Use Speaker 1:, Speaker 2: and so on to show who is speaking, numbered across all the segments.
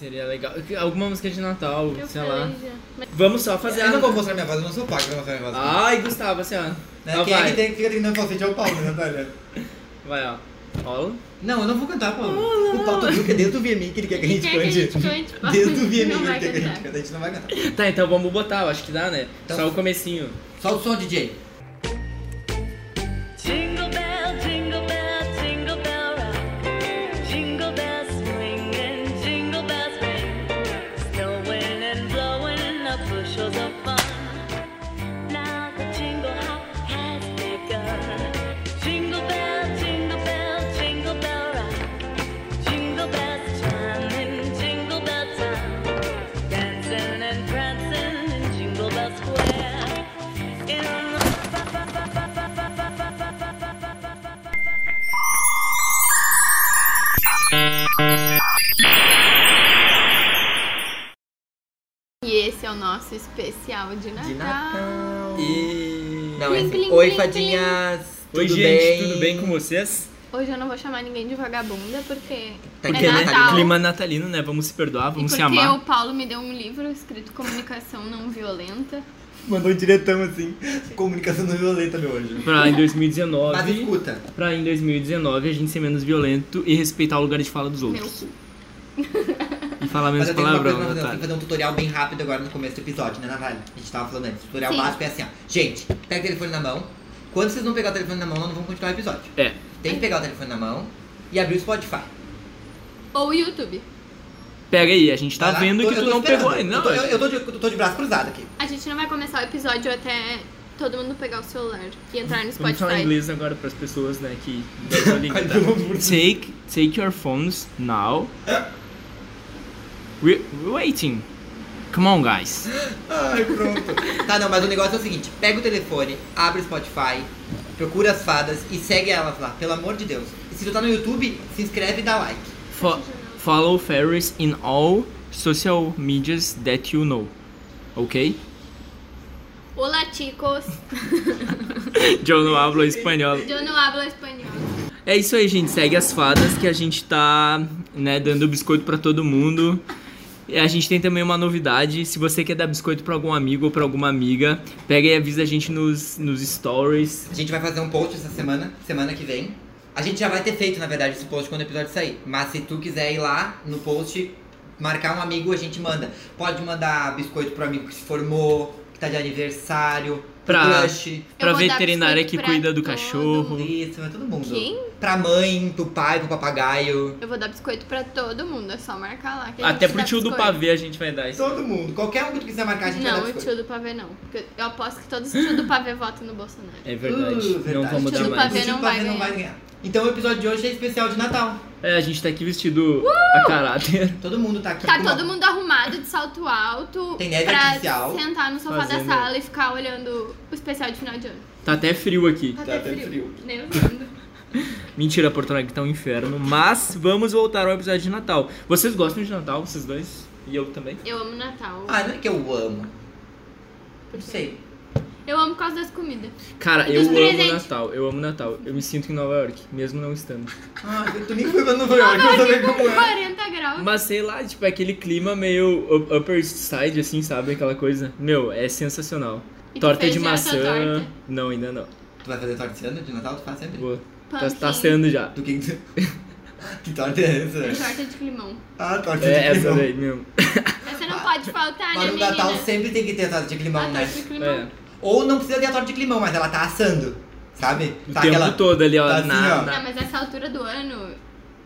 Speaker 1: Seria legal. Alguma música de Natal,
Speaker 2: Eu
Speaker 1: sei
Speaker 2: sei
Speaker 1: lá.
Speaker 2: já. Mas
Speaker 1: Vamos só fazer
Speaker 3: É, Eu não
Speaker 1: a.
Speaker 3: vou mostrar minha voz, eu não sou pago pra mostrar minha voz.
Speaker 1: Ai, Gustavo, assim, ó.
Speaker 3: Né?
Speaker 1: Ó,
Speaker 3: Quem é
Speaker 1: vai.
Speaker 3: que tem, fica tentando falsete é o Paulo, né, Natália?
Speaker 1: Vai, ó. Rola.
Speaker 3: Não, eu não vou cantar, Paulo. o Paulo, tu viu que é desde o VMI que ele quer que a gente
Speaker 2: quer que a gente
Speaker 3: cante.
Speaker 2: cante, Paulo?
Speaker 3: Desde o VMI que
Speaker 2: Não
Speaker 3: ele
Speaker 2: vai
Speaker 3: quer que a gente
Speaker 2: cantar.
Speaker 3: cante, a gente não vai cantar.
Speaker 1: Tá, então vamos botar, eu acho que dá, né?
Speaker 3: Então-
Speaker 1: Só o comecinho.
Speaker 3: Só o som, DJ.
Speaker 2: Ah,
Speaker 4: Jingle bell, jingle bell, jingle bell rock. Jingle bells swing and jingle bells ring. Snowing and blowing in the bushels of fun. Now the jingle hop has begun. Jingle bell, jingle bell, jingle bell rock. Jingle bells chime in jingle bell time. Dancing and prancing in Jingle Bell Square. In a
Speaker 2: E esse é o nosso especial de Natal.
Speaker 3: De Natal.
Speaker 1: E.
Speaker 3: Não, é
Speaker 2: Plim,
Speaker 3: assim.
Speaker 2: plim,
Speaker 3: Oi,
Speaker 2: plim,
Speaker 3: fadinhas.
Speaker 1: Oi,
Speaker 3: tudo
Speaker 1: gente,
Speaker 3: bem?
Speaker 1: tudo bem com vocês?
Speaker 2: Hoje eu não vou chamar ninguém de vagabunda porque,
Speaker 3: Tá
Speaker 2: é
Speaker 3: aqui,
Speaker 1: né?
Speaker 2: Natal.
Speaker 1: Clima natalino, né? Vamos se perdoar,
Speaker 2: e
Speaker 1: vamos se
Speaker 2: porque
Speaker 1: amar.
Speaker 2: o Paulo me deu um livro escrito Comunicação Não Violenta.
Speaker 3: Mandou um diretão assim. Comunicação não violenta, meu anjo.
Speaker 1: Pra em 2019.
Speaker 3: Mas escuta.
Speaker 1: Pra em 2019 a gente ser menos violento e respeitar o lugar de fala dos
Speaker 2: Meu
Speaker 1: outros.
Speaker 2: cu.
Speaker 1: E falar
Speaker 3: Mas
Speaker 1: menos
Speaker 3: eu tenho uma
Speaker 1: palavrão, né,
Speaker 3: coisa pra fazer, eu tenho que
Speaker 1: Natália.
Speaker 3: fazer um tutorial bem rápido agora no começo do episódio, né, Natália? A gente tava falando antes. O tutorial
Speaker 2: Sim.
Speaker 3: básico é assim, ó. Gente, pega o telefone na mão. Quando vocês não pegar o telefone na mão, nós não vamos continuar o episódio.
Speaker 1: É.
Speaker 3: Tem que pegar o telefone na mão e abrir o Spotify.
Speaker 2: Ou o YouTube.
Speaker 1: Pega aí, a gente tá
Speaker 3: Vai lá.
Speaker 1: vendo
Speaker 3: Tô-
Speaker 1: que
Speaker 3: eu
Speaker 1: tu
Speaker 3: tô
Speaker 1: não é.
Speaker 3: esperando.
Speaker 1: pegou ainda.
Speaker 3: Eu tô, eu, eu tô de, eu tô de braço cruzado aqui.
Speaker 2: A gente não vai começar o episódio até todo mundo pegar o celular e entrar no
Speaker 1: é? Vamos falar
Speaker 2: Spotify.
Speaker 1: inglês agora pras pessoas, né, que não são língua, tá? Take, take your phones now. We're waiting. Come on, guys.
Speaker 3: Ai, pronto. tá, não, mas o negócio é o seguinte: pega o telefone, abre o Spotify, procura as fadas e segue elas lá, pelo amor de Deus. E se tu tá no YouTube, se inscreve e dá like.
Speaker 1: Fo- follow Ferris in all social medias that you know. Ok?
Speaker 2: Olá, chicos.
Speaker 1: Joe não hablo espanhol.
Speaker 2: Eu não hablo espanhol.
Speaker 1: É isso aí, gente. Segue as fadas que a gente tá, né, dando biscoito pra todo mundo. E a gente tem também uma novidade. Se você quer dar biscoito pra algum amigo ou pra alguma amiga, pega e avisa a gente nos, nos stories.
Speaker 3: A gente vai fazer um post essa semana, semana que vem. A gente já vai ter feito, na verdade, esse post quando o episódio sair. Mas se tu quiser ir lá no post, marcar um amigo, a gente manda. Pode mandar biscoito pro amigo que se formou, que tá de aniversário, pro
Speaker 1: Pra-
Speaker 3: crush.
Speaker 1: Pra
Speaker 2: Eu vou dar
Speaker 1: veterinária
Speaker 2: biscoito
Speaker 1: que
Speaker 2: pra
Speaker 1: cuida do
Speaker 2: todo
Speaker 1: cachorro.
Speaker 3: Isso, é todo mundo.
Speaker 2: Quem?
Speaker 3: Pra mãe, pro pai, pro papagaio.
Speaker 2: Eu vou dar biscoito pra todo mundo, é só marcar lá. que a
Speaker 1: Até
Speaker 2: gente
Speaker 1: pro
Speaker 2: dá
Speaker 1: tio do
Speaker 2: biscoito.
Speaker 1: pavê a gente vai dar isso.
Speaker 3: Todo mundo. Qualquer um que tu quiser marcar, a gente
Speaker 2: Não,
Speaker 3: vai
Speaker 2: o
Speaker 3: dar
Speaker 2: tio do pavê não. Porque eu aposto que todos os tio do pavê votam no Bolsonaro.
Speaker 1: É verdade.
Speaker 3: Uh,
Speaker 1: Não
Speaker 3: verdade.
Speaker 1: vamos
Speaker 2: Tio
Speaker 1: dar
Speaker 2: do
Speaker 1: mais.
Speaker 2: pavê
Speaker 3: O tio
Speaker 2: Tipo, não
Speaker 3: do pavê
Speaker 2: vai
Speaker 3: não vai ganhar. Então o episódio de hoje é especial de Natal.
Speaker 1: É, a gente tá aqui vestido
Speaker 2: Uh!
Speaker 1: a caráter.
Speaker 3: Todo mundo tá aqui.
Speaker 2: Tá
Speaker 3: com uma-
Speaker 2: todo mundo arrumado de salto alto
Speaker 3: Tem neve
Speaker 2: pra
Speaker 3: artificial.
Speaker 2: sentar no sofá
Speaker 1: Fazendo-
Speaker 2: da sala e ficar olhando o especial de final de ano.
Speaker 1: Tá até frio aqui.
Speaker 3: Tá até frio.
Speaker 2: Nevando.
Speaker 1: Mentira, Porto Alegre tá um inferno. Mas vamos voltar ao episódio de Natal. Vocês gostam de Natal, vocês dois? E eu também.
Speaker 2: Eu amo Natal.
Speaker 3: Ah, não é que eu amo. Eu não sei.
Speaker 2: Eu amo por causa das comidas.
Speaker 1: Cara,
Speaker 2: E
Speaker 1: eu
Speaker 2: dos
Speaker 1: amo
Speaker 2: presentes?
Speaker 1: Natal. Eu amo Natal. Eu me sinto em Nova York, mesmo não estando.
Speaker 3: Ah, tu nem foi pra Nova York, eu sabia como é.
Speaker 2: 40 graus.
Speaker 1: Mas sei lá, tipo, é aquele clima meio up- Upper East Side, assim, sabe? Aquela coisa. Meu, é sensacional.
Speaker 2: E tu
Speaker 1: Torta
Speaker 2: fez
Speaker 1: de
Speaker 2: já essa
Speaker 1: maçã.
Speaker 2: torta?
Speaker 1: Não, ainda não.
Speaker 3: Tu vai fazer torta esse ano de Natal? Tu faz sempre?
Speaker 1: Vou. Tá,
Speaker 2: Pumpkin.
Speaker 1: tá sendo já.
Speaker 3: Do que que tu... que torta é essa?
Speaker 2: Torta de limão.
Speaker 3: Ah, torta
Speaker 1: É essa
Speaker 3: de limão.
Speaker 1: daí mesmo.
Speaker 2: Essa não pode faltar, né,
Speaker 3: Mas no
Speaker 2: menina? Ah, tá.
Speaker 3: Natal sempre tem que ter torta de
Speaker 2: A
Speaker 3: limão, né?
Speaker 2: torta de limão.
Speaker 1: É.
Speaker 3: Ou não precisa ter a torta de limão, mas ela tá assando, sabe?
Speaker 1: O
Speaker 3: Tá
Speaker 1: tempo
Speaker 3: aquela...
Speaker 1: todo ali, ó.
Speaker 3: tá assim,
Speaker 1: na-
Speaker 3: ó.
Speaker 1: na-
Speaker 2: Não, mas essa altura do ano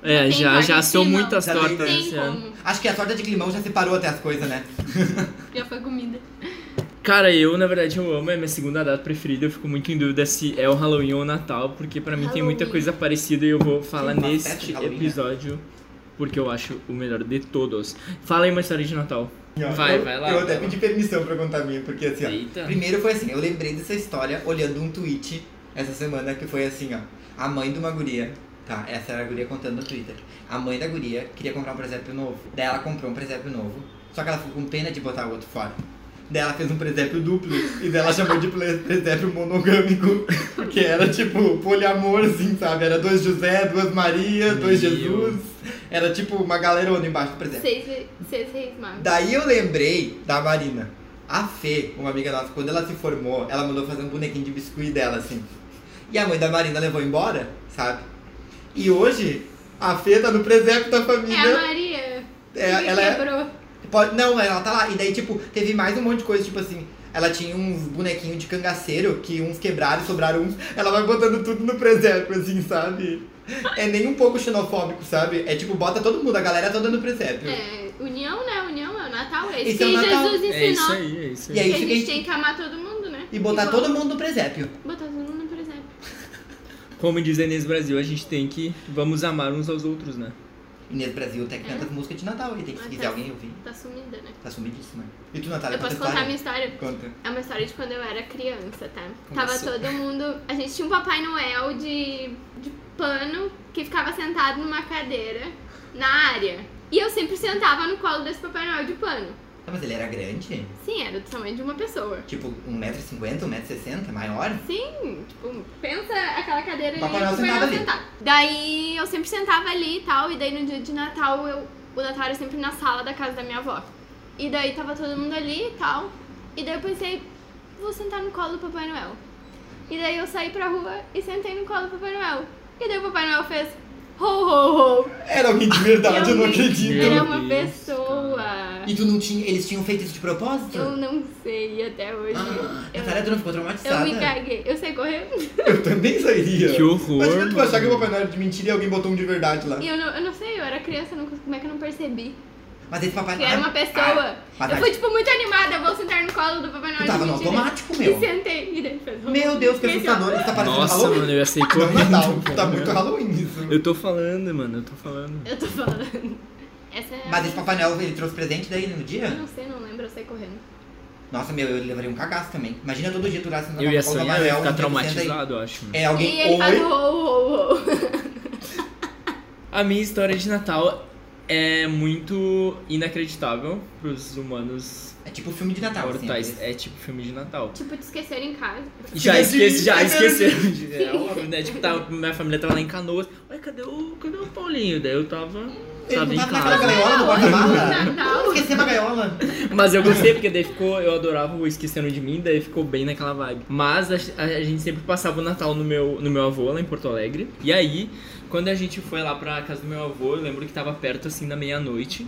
Speaker 1: É,
Speaker 2: Tem
Speaker 1: já,
Speaker 2: torta
Speaker 1: já
Speaker 2: de
Speaker 1: são
Speaker 2: limão.
Speaker 1: muitas
Speaker 3: Já tem
Speaker 1: tortas
Speaker 2: tem
Speaker 1: esse ano.
Speaker 2: como.
Speaker 3: Acho que a torta de limão já separou até as coisas, né?
Speaker 2: Já foi comida.
Speaker 1: Cara, eu, na verdade, eu amo, é minha segunda data preferida. Eu fico muito em dúvida se é o Halloween ou o Natal, porque pra mim tem muita
Speaker 2: Halloween.
Speaker 1: coisa parecida e eu vou falar
Speaker 3: Sim, uma festa
Speaker 1: neste
Speaker 3: de Halloween, né?
Speaker 1: episódio, porque eu acho o melhor de todos. Fala aí uma história de Natal. Vai,
Speaker 3: eu,
Speaker 1: vai lá,
Speaker 3: Eu
Speaker 1: vai
Speaker 3: até
Speaker 1: lá.
Speaker 3: pedi permissão pra contar a minha, porque assim, ó.
Speaker 1: Eita.
Speaker 3: Primeiro foi assim, eu lembrei dessa história olhando um tweet essa semana que foi assim, ó. A mãe de uma guria, tá? Essa era a guria contando no Twitter. A mãe da guria queria comprar um presépio novo. Daí ela comprou um presépio novo, só que ela ficou com pena de botar o outro fora. Daí ela fez um presépio duplo e daí ela chamou de pre- presépio monogâmico, porque era tipo poliamor, assim, sabe? Era dois José, duas Maria, dois
Speaker 1: Meu.
Speaker 3: Jesus. Era tipo uma galerona embaixo do presépio.
Speaker 2: Seis, re- seis reis magos.
Speaker 3: Daí eu lembrei da Marina. A Fê, uma amiga nossa, quando ela se formou, ela mandou fazer um bonequinho de biscuit dela, assim. E a mãe da Marina levou embora, sabe? E hoje, a Fê tá no presépio da
Speaker 2: É a
Speaker 3: família.
Speaker 2: Maria.
Speaker 3: É,
Speaker 2: que
Speaker 3: ela é-
Speaker 2: quebrou.
Speaker 3: Pode- não, mas ela tá lá. E daí, tipo, teve mais um monte de coisa, tipo assim. Ela tinha uns bonequinhos de cangaceiro que uns quebraram, sobraram uns. Ela vai botando tudo no presépio, assim, sabe? É nem um pouco xenofóbico, sabe? É tipo, bota todo mundo, a galera toda no presépio.
Speaker 2: É, união, né? União é o Natal. É
Speaker 3: Esse
Speaker 2: isso
Speaker 3: é o
Speaker 2: que
Speaker 3: Natal.
Speaker 2: Jesus
Speaker 1: É isso
Speaker 2: ensinou.
Speaker 1: aí, é isso aí.
Speaker 3: E aí-
Speaker 2: que a
Speaker 3: isso
Speaker 2: gente
Speaker 3: que a gente-
Speaker 2: tem que amar todo mundo, né?
Speaker 3: E botar
Speaker 2: bo-
Speaker 3: todo mundo no presépio.
Speaker 2: Botar todo mundo no presépio.
Speaker 1: Como diz a Inês Brasil, a gente tem que. Vamos amar uns aos outros, né?
Speaker 3: Inês Brasil até que canta
Speaker 2: Hum?
Speaker 3: música de Natal, e tem que se
Speaker 2: Ah,
Speaker 3: quiser
Speaker 2: tá.
Speaker 3: alguém ouvir.
Speaker 2: Tá sumida, né?
Speaker 3: Tá sumidíssima. E tu, Natália,
Speaker 2: Eu posso
Speaker 3: conta a
Speaker 2: contar a minha
Speaker 3: história?
Speaker 2: história?
Speaker 3: Conta.
Speaker 2: É uma história de quando eu era criança, tá?
Speaker 1: Começou.
Speaker 2: Tava todo mundo. A gente tinha um Papai Noel de, de pano que ficava sentado numa cadeira na área. E eu sempre sentava no colo desse Papai Noel de pano.
Speaker 3: Ah, mas ele era grande?
Speaker 2: Sim, era do tamanho de uma pessoa.
Speaker 3: Tipo, 1,50m, 1,60m, é maior?
Speaker 2: Sim, tipo, pensa aquela cadeira
Speaker 3: Papai
Speaker 2: ali
Speaker 3: Noel
Speaker 2: o Papai
Speaker 3: sentado
Speaker 2: Noel
Speaker 3: ali.
Speaker 2: sentado. Daí eu sempre sentava ali e tal, e daí no dia de Natal eu, o Natal era sempre na sala da casa da minha avó. E daí tava todo mundo ali e tal. E daí eu pensei, vou sentar no colo do Papai Noel. E daí eu saí pra rua e sentei no colo do Papai Noel. E daí o Papai Noel fez ho ho ho.
Speaker 3: Era alguém de verdade, eu não
Speaker 2: Realmente,
Speaker 3: acredito.
Speaker 2: Era
Speaker 1: Meu
Speaker 2: uma
Speaker 1: Deus,
Speaker 2: pessoa.
Speaker 3: E tu não tinha. Eles tinham feito isso de propósito?
Speaker 2: Eu não sei até hoje.
Speaker 3: Ah, Natália,
Speaker 2: eu,
Speaker 3: tu não ficou
Speaker 2: eu
Speaker 3: traumatizada?
Speaker 2: me caguei. Eu saí correndo.
Speaker 3: Eu também sairia.
Speaker 1: Que horror,
Speaker 3: Imagina tu
Speaker 1: mano.
Speaker 3: achar que o Papai Noel era de mentira e alguém botou um de verdade lá.
Speaker 2: E eu não, eu não sei, eu era criança, eu não, como é que eu não percebi?
Speaker 3: Mas esse Papai
Speaker 2: Que era uma pessoa.
Speaker 3: Ah,
Speaker 2: eu fui, tipo, muito animada, vou sentar no colo do Papai Noel.
Speaker 3: Tu tava
Speaker 2: de
Speaker 3: no
Speaker 2: mentira. é
Speaker 3: automático, meu.
Speaker 2: E sentei. E daí fez um-
Speaker 3: Meu Deus, que
Speaker 2: Fez um-
Speaker 3: assustador. Isso tá parecendo
Speaker 1: Nossa,
Speaker 3: Halloween.
Speaker 1: mano, eu ia sair
Speaker 3: Não,
Speaker 1: correndo.
Speaker 3: Natal. Tá
Speaker 1: cara.
Speaker 3: muito Halloween isso.
Speaker 1: Eu tô falando, mano, eu tô falando.
Speaker 2: Eu tô falando. Essa é a-
Speaker 3: Mas tá esse Papai Noel, ele trouxe presente daí no dia?
Speaker 2: Eu não sei, não lembro, eu saí correndo.
Speaker 3: Nossa, meu, eu levaria um cagaço também. Imagina todo dia tu lá sentado
Speaker 1: Eu ia
Speaker 3: na porta do
Speaker 1: sonhar, eu
Speaker 3: Papai
Speaker 1: ia
Speaker 3: Noel,
Speaker 1: ficar
Speaker 3: um dia tu senta aí.
Speaker 1: traumatizado, eu acho.
Speaker 3: É
Speaker 2: e
Speaker 3: alguém.
Speaker 2: ele faz ho,
Speaker 3: Oi?
Speaker 2: ho, ho.
Speaker 1: A minha história de Natal é muito inacreditável pros humanos
Speaker 3: É tipo filme de Natal, assim.
Speaker 1: mortais.
Speaker 3: É.
Speaker 1: É tipo filme de Natal.
Speaker 2: tipo, te esqueceram em casa.
Speaker 1: Já
Speaker 3: Esqueci de
Speaker 1: esqueci, já
Speaker 3: mim,
Speaker 1: esqueceram de né? Tipo, tava, minha família tava lá em Canoas. Ué, cadê o, cadê o Paulinho? Daí eu tava, tava
Speaker 3: Ele
Speaker 1: em
Speaker 3: não tava naquela
Speaker 1: casa.
Speaker 3: gaiola no
Speaker 2: Não,
Speaker 3: porta-mala?
Speaker 2: não, não.
Speaker 3: Eu Esqueci a gaiola.
Speaker 1: Mas eu gostei, porque daí ficou, eu adorava o Esquecendo de Mim, daí ficou bem naquela vibe. Mas a, a gente sempre passava o Natal no meu, no meu avô, lá em Porto Alegre. E aí, quando a gente foi lá pra casa do meu avô, eu lembro que tava perto assim da meia-noite.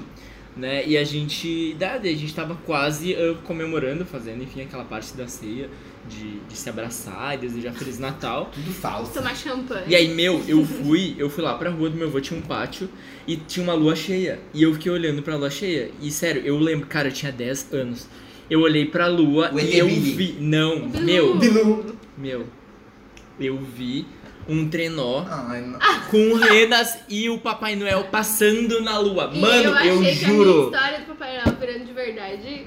Speaker 1: Né? E a gente. da- daí a gente tava quase ah, comemorando, fazendo, enfim, aquela parte da ceia de, de se abraçar e desejar Feliz Natal.
Speaker 3: Tudo falso.
Speaker 2: Tomar champanhe.
Speaker 1: E aí, meu, eu fui, eu fui lá pra rua do meu avô, tinha um pátio e tinha uma lua cheia. E eu fiquei olhando pra lua cheia. E sério, eu lembro, cara, eu tinha 10 anos. Eu olhei pra lua
Speaker 3: O
Speaker 1: e
Speaker 3: Ele
Speaker 1: eu
Speaker 3: Billy.
Speaker 1: vi. Não,
Speaker 2: Bilu.
Speaker 1: meu,
Speaker 3: Bilu.
Speaker 1: meu. Eu vi um trenó
Speaker 3: Ai, não.
Speaker 1: com renas e o Papai Noel passando na lua.
Speaker 2: E
Speaker 1: Mano, eu,
Speaker 2: achei que
Speaker 1: juro.
Speaker 2: a minha história do Papai Noel virando de verdade é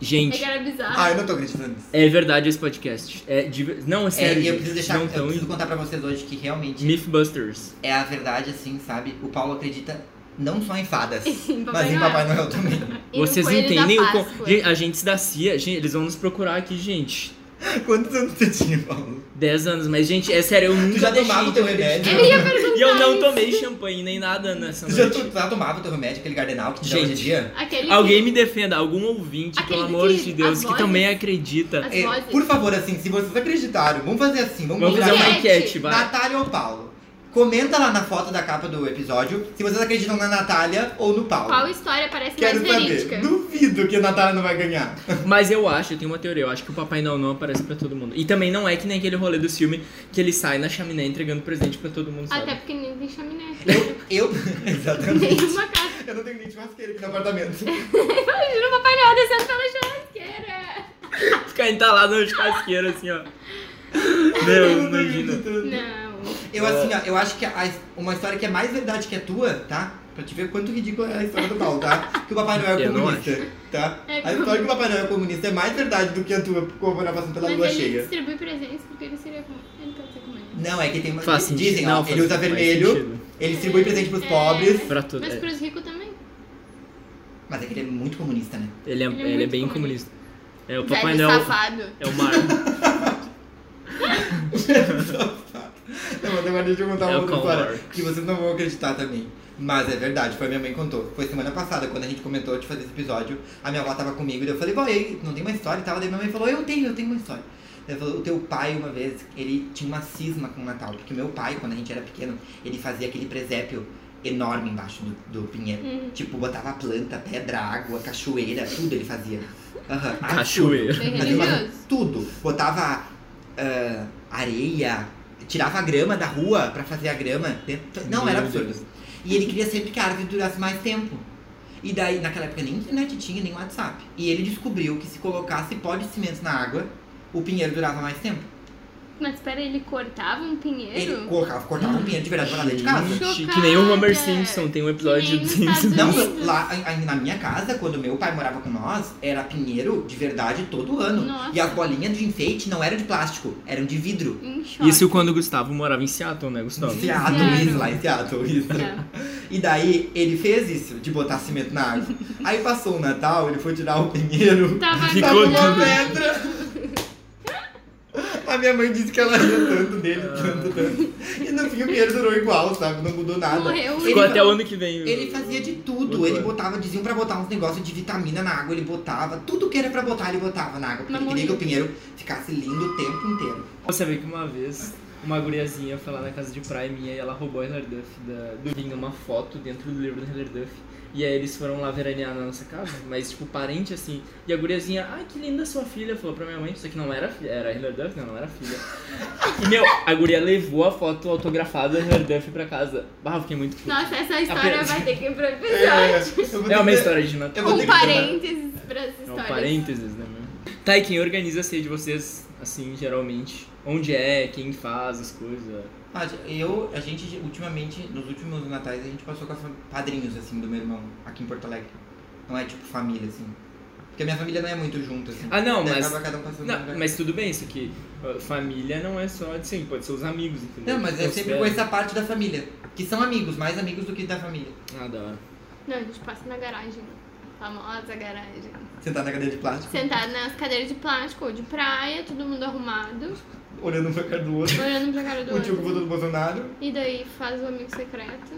Speaker 2: que
Speaker 1: Gente,
Speaker 2: era bizarro.
Speaker 3: Ai, eu não tô acreditando nisso.
Speaker 1: é verdade esse podcast. É de... ver- Não, é
Speaker 3: É,
Speaker 1: sério.
Speaker 3: e eu
Speaker 1: gente,
Speaker 3: preciso deixar.
Speaker 1: não
Speaker 3: Eu
Speaker 1: tão-
Speaker 3: preciso contar pra vocês hoje que realmente
Speaker 1: Mythbusters.
Speaker 3: é a verdade, assim, sabe? O Paulo acredita não só em fadas,
Speaker 2: Sim, Papai
Speaker 3: mas em
Speaker 2: Noel.
Speaker 3: Papai Noel também.
Speaker 2: E no
Speaker 1: Vocês
Speaker 2: coelho da
Speaker 1: entendem o. con-
Speaker 2: Páscoa.
Speaker 1: Gente, Agentes da CIA, gente, eles vão nos procurar aqui, gente.
Speaker 3: Quantos anos você tinha, Paulo?
Speaker 1: 10 anos, mas gente, é sério, eu nunca
Speaker 3: Tu já
Speaker 1: deixei.
Speaker 3: tomava o teu remédio?
Speaker 2: Eu ia perguntar
Speaker 1: E eu não
Speaker 2: isso.
Speaker 1: tomei champanhe nem nada nessa
Speaker 3: Tu já,
Speaker 1: noite.
Speaker 3: tu já tomava o teu remédio, aquele Gardenal que te dá
Speaker 1: Gente.
Speaker 3: hoje em dia?
Speaker 2: Aquele
Speaker 1: Alguém me defenda, algum ouvinte,
Speaker 2: Aquele
Speaker 1: pelo amor
Speaker 2: que-
Speaker 1: de Deus,
Speaker 2: as
Speaker 1: que
Speaker 2: vozes-
Speaker 1: também acredita.
Speaker 2: as
Speaker 3: É,
Speaker 2: vozes.
Speaker 3: por favor, assim, se vocês acreditaram, vamos fazer assim, vamos,
Speaker 1: Vamos fazer
Speaker 3: combinar.
Speaker 1: uma
Speaker 2: Enquete.
Speaker 1: enquete, vai.
Speaker 3: Natália ou Paulo? Comenta lá na foto da capa do episódio se vocês acreditam na Natália ou no Paulo.
Speaker 2: Qual história parece
Speaker 3: Quero
Speaker 2: mais
Speaker 3: saber.
Speaker 2: verídica?
Speaker 3: Duvido que a Natália não vai ganhar.
Speaker 1: Mas eu acho, eu tenho uma teoria, eu acho que o Papai Noel não aparece pra todo mundo. E também não é que nem aquele rolê do filme que ele sai na chaminé entregando presente pra todo mundo, sabe?
Speaker 2: Até porque nem tem chaminé.
Speaker 3: Eu. eu exatamente.
Speaker 2: Tem uma casa.
Speaker 3: Eu não tenho nem churrasqueira aqui no apartamento.
Speaker 2: Imagina o Papai Noel descendo pela churrasqueira.
Speaker 1: Ficar entalado no churrasqueiro assim, ó. Meu,
Speaker 3: não tô
Speaker 1: imagina.
Speaker 3: acreditando.
Speaker 2: Não.
Speaker 3: Eu, assim, ó, eu acho que a- uma história que é mais verdade que a tua, tá? Pra te ver quanto ridícula é a história do Paulo, tá? Que o Papai Noel é
Speaker 1: Eu não
Speaker 3: comunista, tá?
Speaker 2: É
Speaker 3: a história que o Papai Noel é comunista é mais verdade do que a tua comemoração pela
Speaker 2: Mas
Speaker 3: lua
Speaker 2: ele
Speaker 3: cheia.
Speaker 2: distribui presentes porque ele seria com. Ele pode ser com ele.
Speaker 3: Não, é que tem uma.
Speaker 1: Faz sentido.
Speaker 3: Dizem,
Speaker 1: não,
Speaker 3: ó,
Speaker 1: faz-
Speaker 3: ele usa
Speaker 1: faz
Speaker 3: vermelho,
Speaker 1: sentido.
Speaker 3: ele distribui presente pros
Speaker 2: É.
Speaker 3: pobres.
Speaker 1: Pra tudo.
Speaker 2: Mas
Speaker 1: é.
Speaker 2: pros ricos também.
Speaker 3: Mas é que ele é muito comunista, né?
Speaker 1: Ele é,
Speaker 2: Ele é
Speaker 1: ele é
Speaker 2: muito
Speaker 1: bem comunista.
Speaker 2: comunista.
Speaker 1: É, o Papai
Speaker 2: Velho
Speaker 1: Noel
Speaker 2: safado.
Speaker 1: é o Marco.
Speaker 3: Não, mas agora deixa eu contar
Speaker 1: É o
Speaker 3: uma outra história
Speaker 1: Conor.
Speaker 3: que vocês não vão acreditar também. Mas é verdade, foi minha mãe que contou. Foi semana passada, quando a gente comentou de fazer esse episódio, a minha avó tava comigo e eu falei, vó, e aí, não tem uma história e tal. Daí minha mãe falou, eu tenho, eu tenho uma história. Ela falou, o teu pai uma vez, ele tinha uma cisma com o Natal, porque o meu pai, quando a gente era pequeno, ele fazia aquele presépio enorme embaixo do, do pinheiro.
Speaker 2: Uhum.
Speaker 3: Tipo, botava planta, pedra, água, cachoeira, tudo ele fazia. Aham. Ah,
Speaker 1: Cachoeira.
Speaker 2: Bem
Speaker 3: mas ele fazia
Speaker 2: religioso.
Speaker 3: Tudo. Botava ah, areia, tirava a grama da rua pra fazer a grama. dentro- Não, era
Speaker 1: Meu
Speaker 3: absurdo.
Speaker 1: Deus.
Speaker 3: E ele queria sempre que a árvore durasse mais tempo. E daí, naquela época, nem internet tinha, nem WhatsApp. E ele descobriu que se colocasse pó de cimento na água, o pinheiro durava mais tempo.
Speaker 2: Mas peraí, ele cortava um
Speaker 3: Ele
Speaker 2: pinheiro?
Speaker 3: colocava, cortava o pinheiro de verdade pra dentro de casa.
Speaker 1: Gente,
Speaker 2: Chocada.
Speaker 1: que nem o Homer Simpson tem um
Speaker 2: Que
Speaker 1: episódio
Speaker 2: nem
Speaker 1: do
Speaker 2: nos
Speaker 1: Simpsons.
Speaker 2: Estados
Speaker 3: Não,
Speaker 2: Unidos.
Speaker 3: eu- lá a- a- na minha casa, quando meu pai morava com nós, era pinheiro de verdade todo ano.
Speaker 2: Nossa.
Speaker 3: E as bolinhas de enfeite não eram de plástico, eram de vidro.
Speaker 2: Em choque.
Speaker 1: Isso quando o Gustavo morava em Seattle, né, Gustavo?
Speaker 3: Seattle, isso lá em Seattle, isso.
Speaker 2: É.
Speaker 3: E daí ele fez isso, de botar cimento na água. Aí passou o Natal, ele foi tirar o pinheiro.
Speaker 2: Tava
Speaker 1: Ficou
Speaker 3: Tava uma
Speaker 1: tudo.
Speaker 3: pedra. A minha mãe disse que ela ria tanto
Speaker 1: É.
Speaker 3: dele, tanto, tanto. E no fim o pinheiro durou igual, sabe? Não mudou nada.
Speaker 2: Morreu.
Speaker 3: Ele
Speaker 1: Ficou
Speaker 3: fa-
Speaker 1: até o ano que vem. o-
Speaker 3: Ele fazia de tudo.
Speaker 1: Botou.
Speaker 3: Ele botava, diziam pra botar uns negócios de vitamina na água, ele botava. Tudo que era pra botar, ele botava na água. Porque
Speaker 2: Mas
Speaker 3: ele queria que
Speaker 2: morreu.
Speaker 3: o pinheiro ficasse lindo o tempo inteiro.
Speaker 1: Você vê que uma vez uma guriazinha foi lá na casa de praia minha e ela roubou a Hilary Duff da, do vinho, uma foto dentro do livro da Hilary Duff. E aí eles foram lá veranear na nossa casa, mas tipo, parente assim. E a guriazinha, ai que linda sua filha, falou pra minha mãe, só que não era filha, era a Hilary Duff, não, não era filha. E meu, a guria levou a foto autografada da Hilary Duff pra casa. Bah, eu fiquei muito puto.
Speaker 2: Nossa, essa história
Speaker 1: Apenas-
Speaker 2: vai ter que ir pro
Speaker 3: É,
Speaker 2: episódio.
Speaker 3: eu vou
Speaker 1: É uma
Speaker 3: dizer-
Speaker 1: história de Natal.
Speaker 3: Eu vou ter
Speaker 2: Um
Speaker 3: que-
Speaker 2: parênteses pra essa
Speaker 1: É um
Speaker 2: história.
Speaker 1: parênteses, né, meu? Tá, e quem organiza a ceia de vocês, assim, geralmente? Onde é, quem faz as coisas?
Speaker 3: Ah, eu, a gente ultimamente, nos últimos natais, a gente passou com as fam- padrinhos, assim, do meu irmão, aqui em Porto Alegre. Não é tipo família, assim. Porque a minha família não é muito junto, assim.
Speaker 1: Ah, não,
Speaker 3: Daí
Speaker 1: mas-
Speaker 3: acaba cada um passando
Speaker 1: Não,
Speaker 3: pra-
Speaker 1: mas tudo bem, isso aqui. uh, Família não é só de sim, pode ser os amigos, entendeu? Então,
Speaker 3: Não, mas é sempre com
Speaker 1: Considera.
Speaker 3: essa parte da família. Que são amigos, mais amigos do que da família.
Speaker 1: Ah, da hora.
Speaker 2: Não, a gente passa na garagem. Famosa garagem.
Speaker 3: Sentar na cadeira de plástico,
Speaker 2: Sentado nas cadeiras de plástico, de praia, todo mundo arrumado,
Speaker 3: olhando um pra cara do outro.
Speaker 2: olhando pra cara do
Speaker 3: O tio que votou
Speaker 2: outro.
Speaker 3: do Bolsonaro.
Speaker 2: E daí faz o amigo secreto.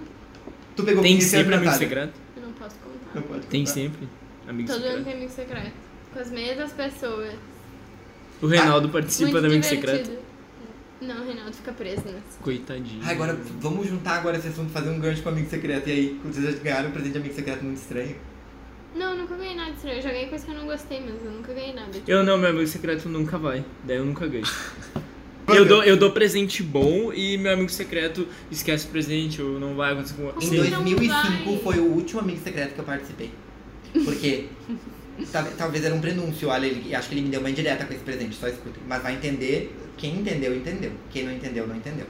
Speaker 3: Tu pegou
Speaker 1: Tem
Speaker 3: comigo sem
Speaker 1: sempre amigo
Speaker 3: apresentar.
Speaker 1: secreto?
Speaker 2: Eu não posso contar.
Speaker 3: Não pode
Speaker 1: Tem
Speaker 3: contar.
Speaker 1: sempre amigo
Speaker 2: Todo ano
Speaker 1: secreto.
Speaker 2: tem amigo secreto. Com as mesmas pessoas.
Speaker 1: O Reinaldo participa
Speaker 2: é
Speaker 1: do
Speaker 2: Muito
Speaker 1: é amigo
Speaker 2: divertido.
Speaker 1: secreto.
Speaker 2: Não, o Reinaldo fica preso nessa.
Speaker 1: Coitadinho.
Speaker 3: Ah, agora vamos juntar agora esse assunto, fazer um gancho com amigo secreto. E aí, vocês já ganharam um presente de amigo secreto muito estranho.
Speaker 2: Não, eu nunca ganhei nada estranho. Eu joguei coisa que eu não gostei, mas eu nunca ganhei nada.
Speaker 1: Eu não, meu amigo secreto nunca vai. Daí eu nunca ganho.
Speaker 3: Meu
Speaker 1: Eu
Speaker 3: Deus.
Speaker 1: dou, eu dou presente bom e meu amigo secreto esquece o presente ou não vai acontecer com
Speaker 3: Em
Speaker 2: Sim.
Speaker 1: Sim.
Speaker 2: dois-
Speaker 3: 2005
Speaker 2: vai.
Speaker 3: foi o último amigo secreto que eu participei. Porque tal- talvez era um prenúncio, olha, ele, acho que ele me deu uma indireta com esse presente, só escuta. Mas vai entender, quem entendeu, entendeu. Quem não entendeu, não entendeu.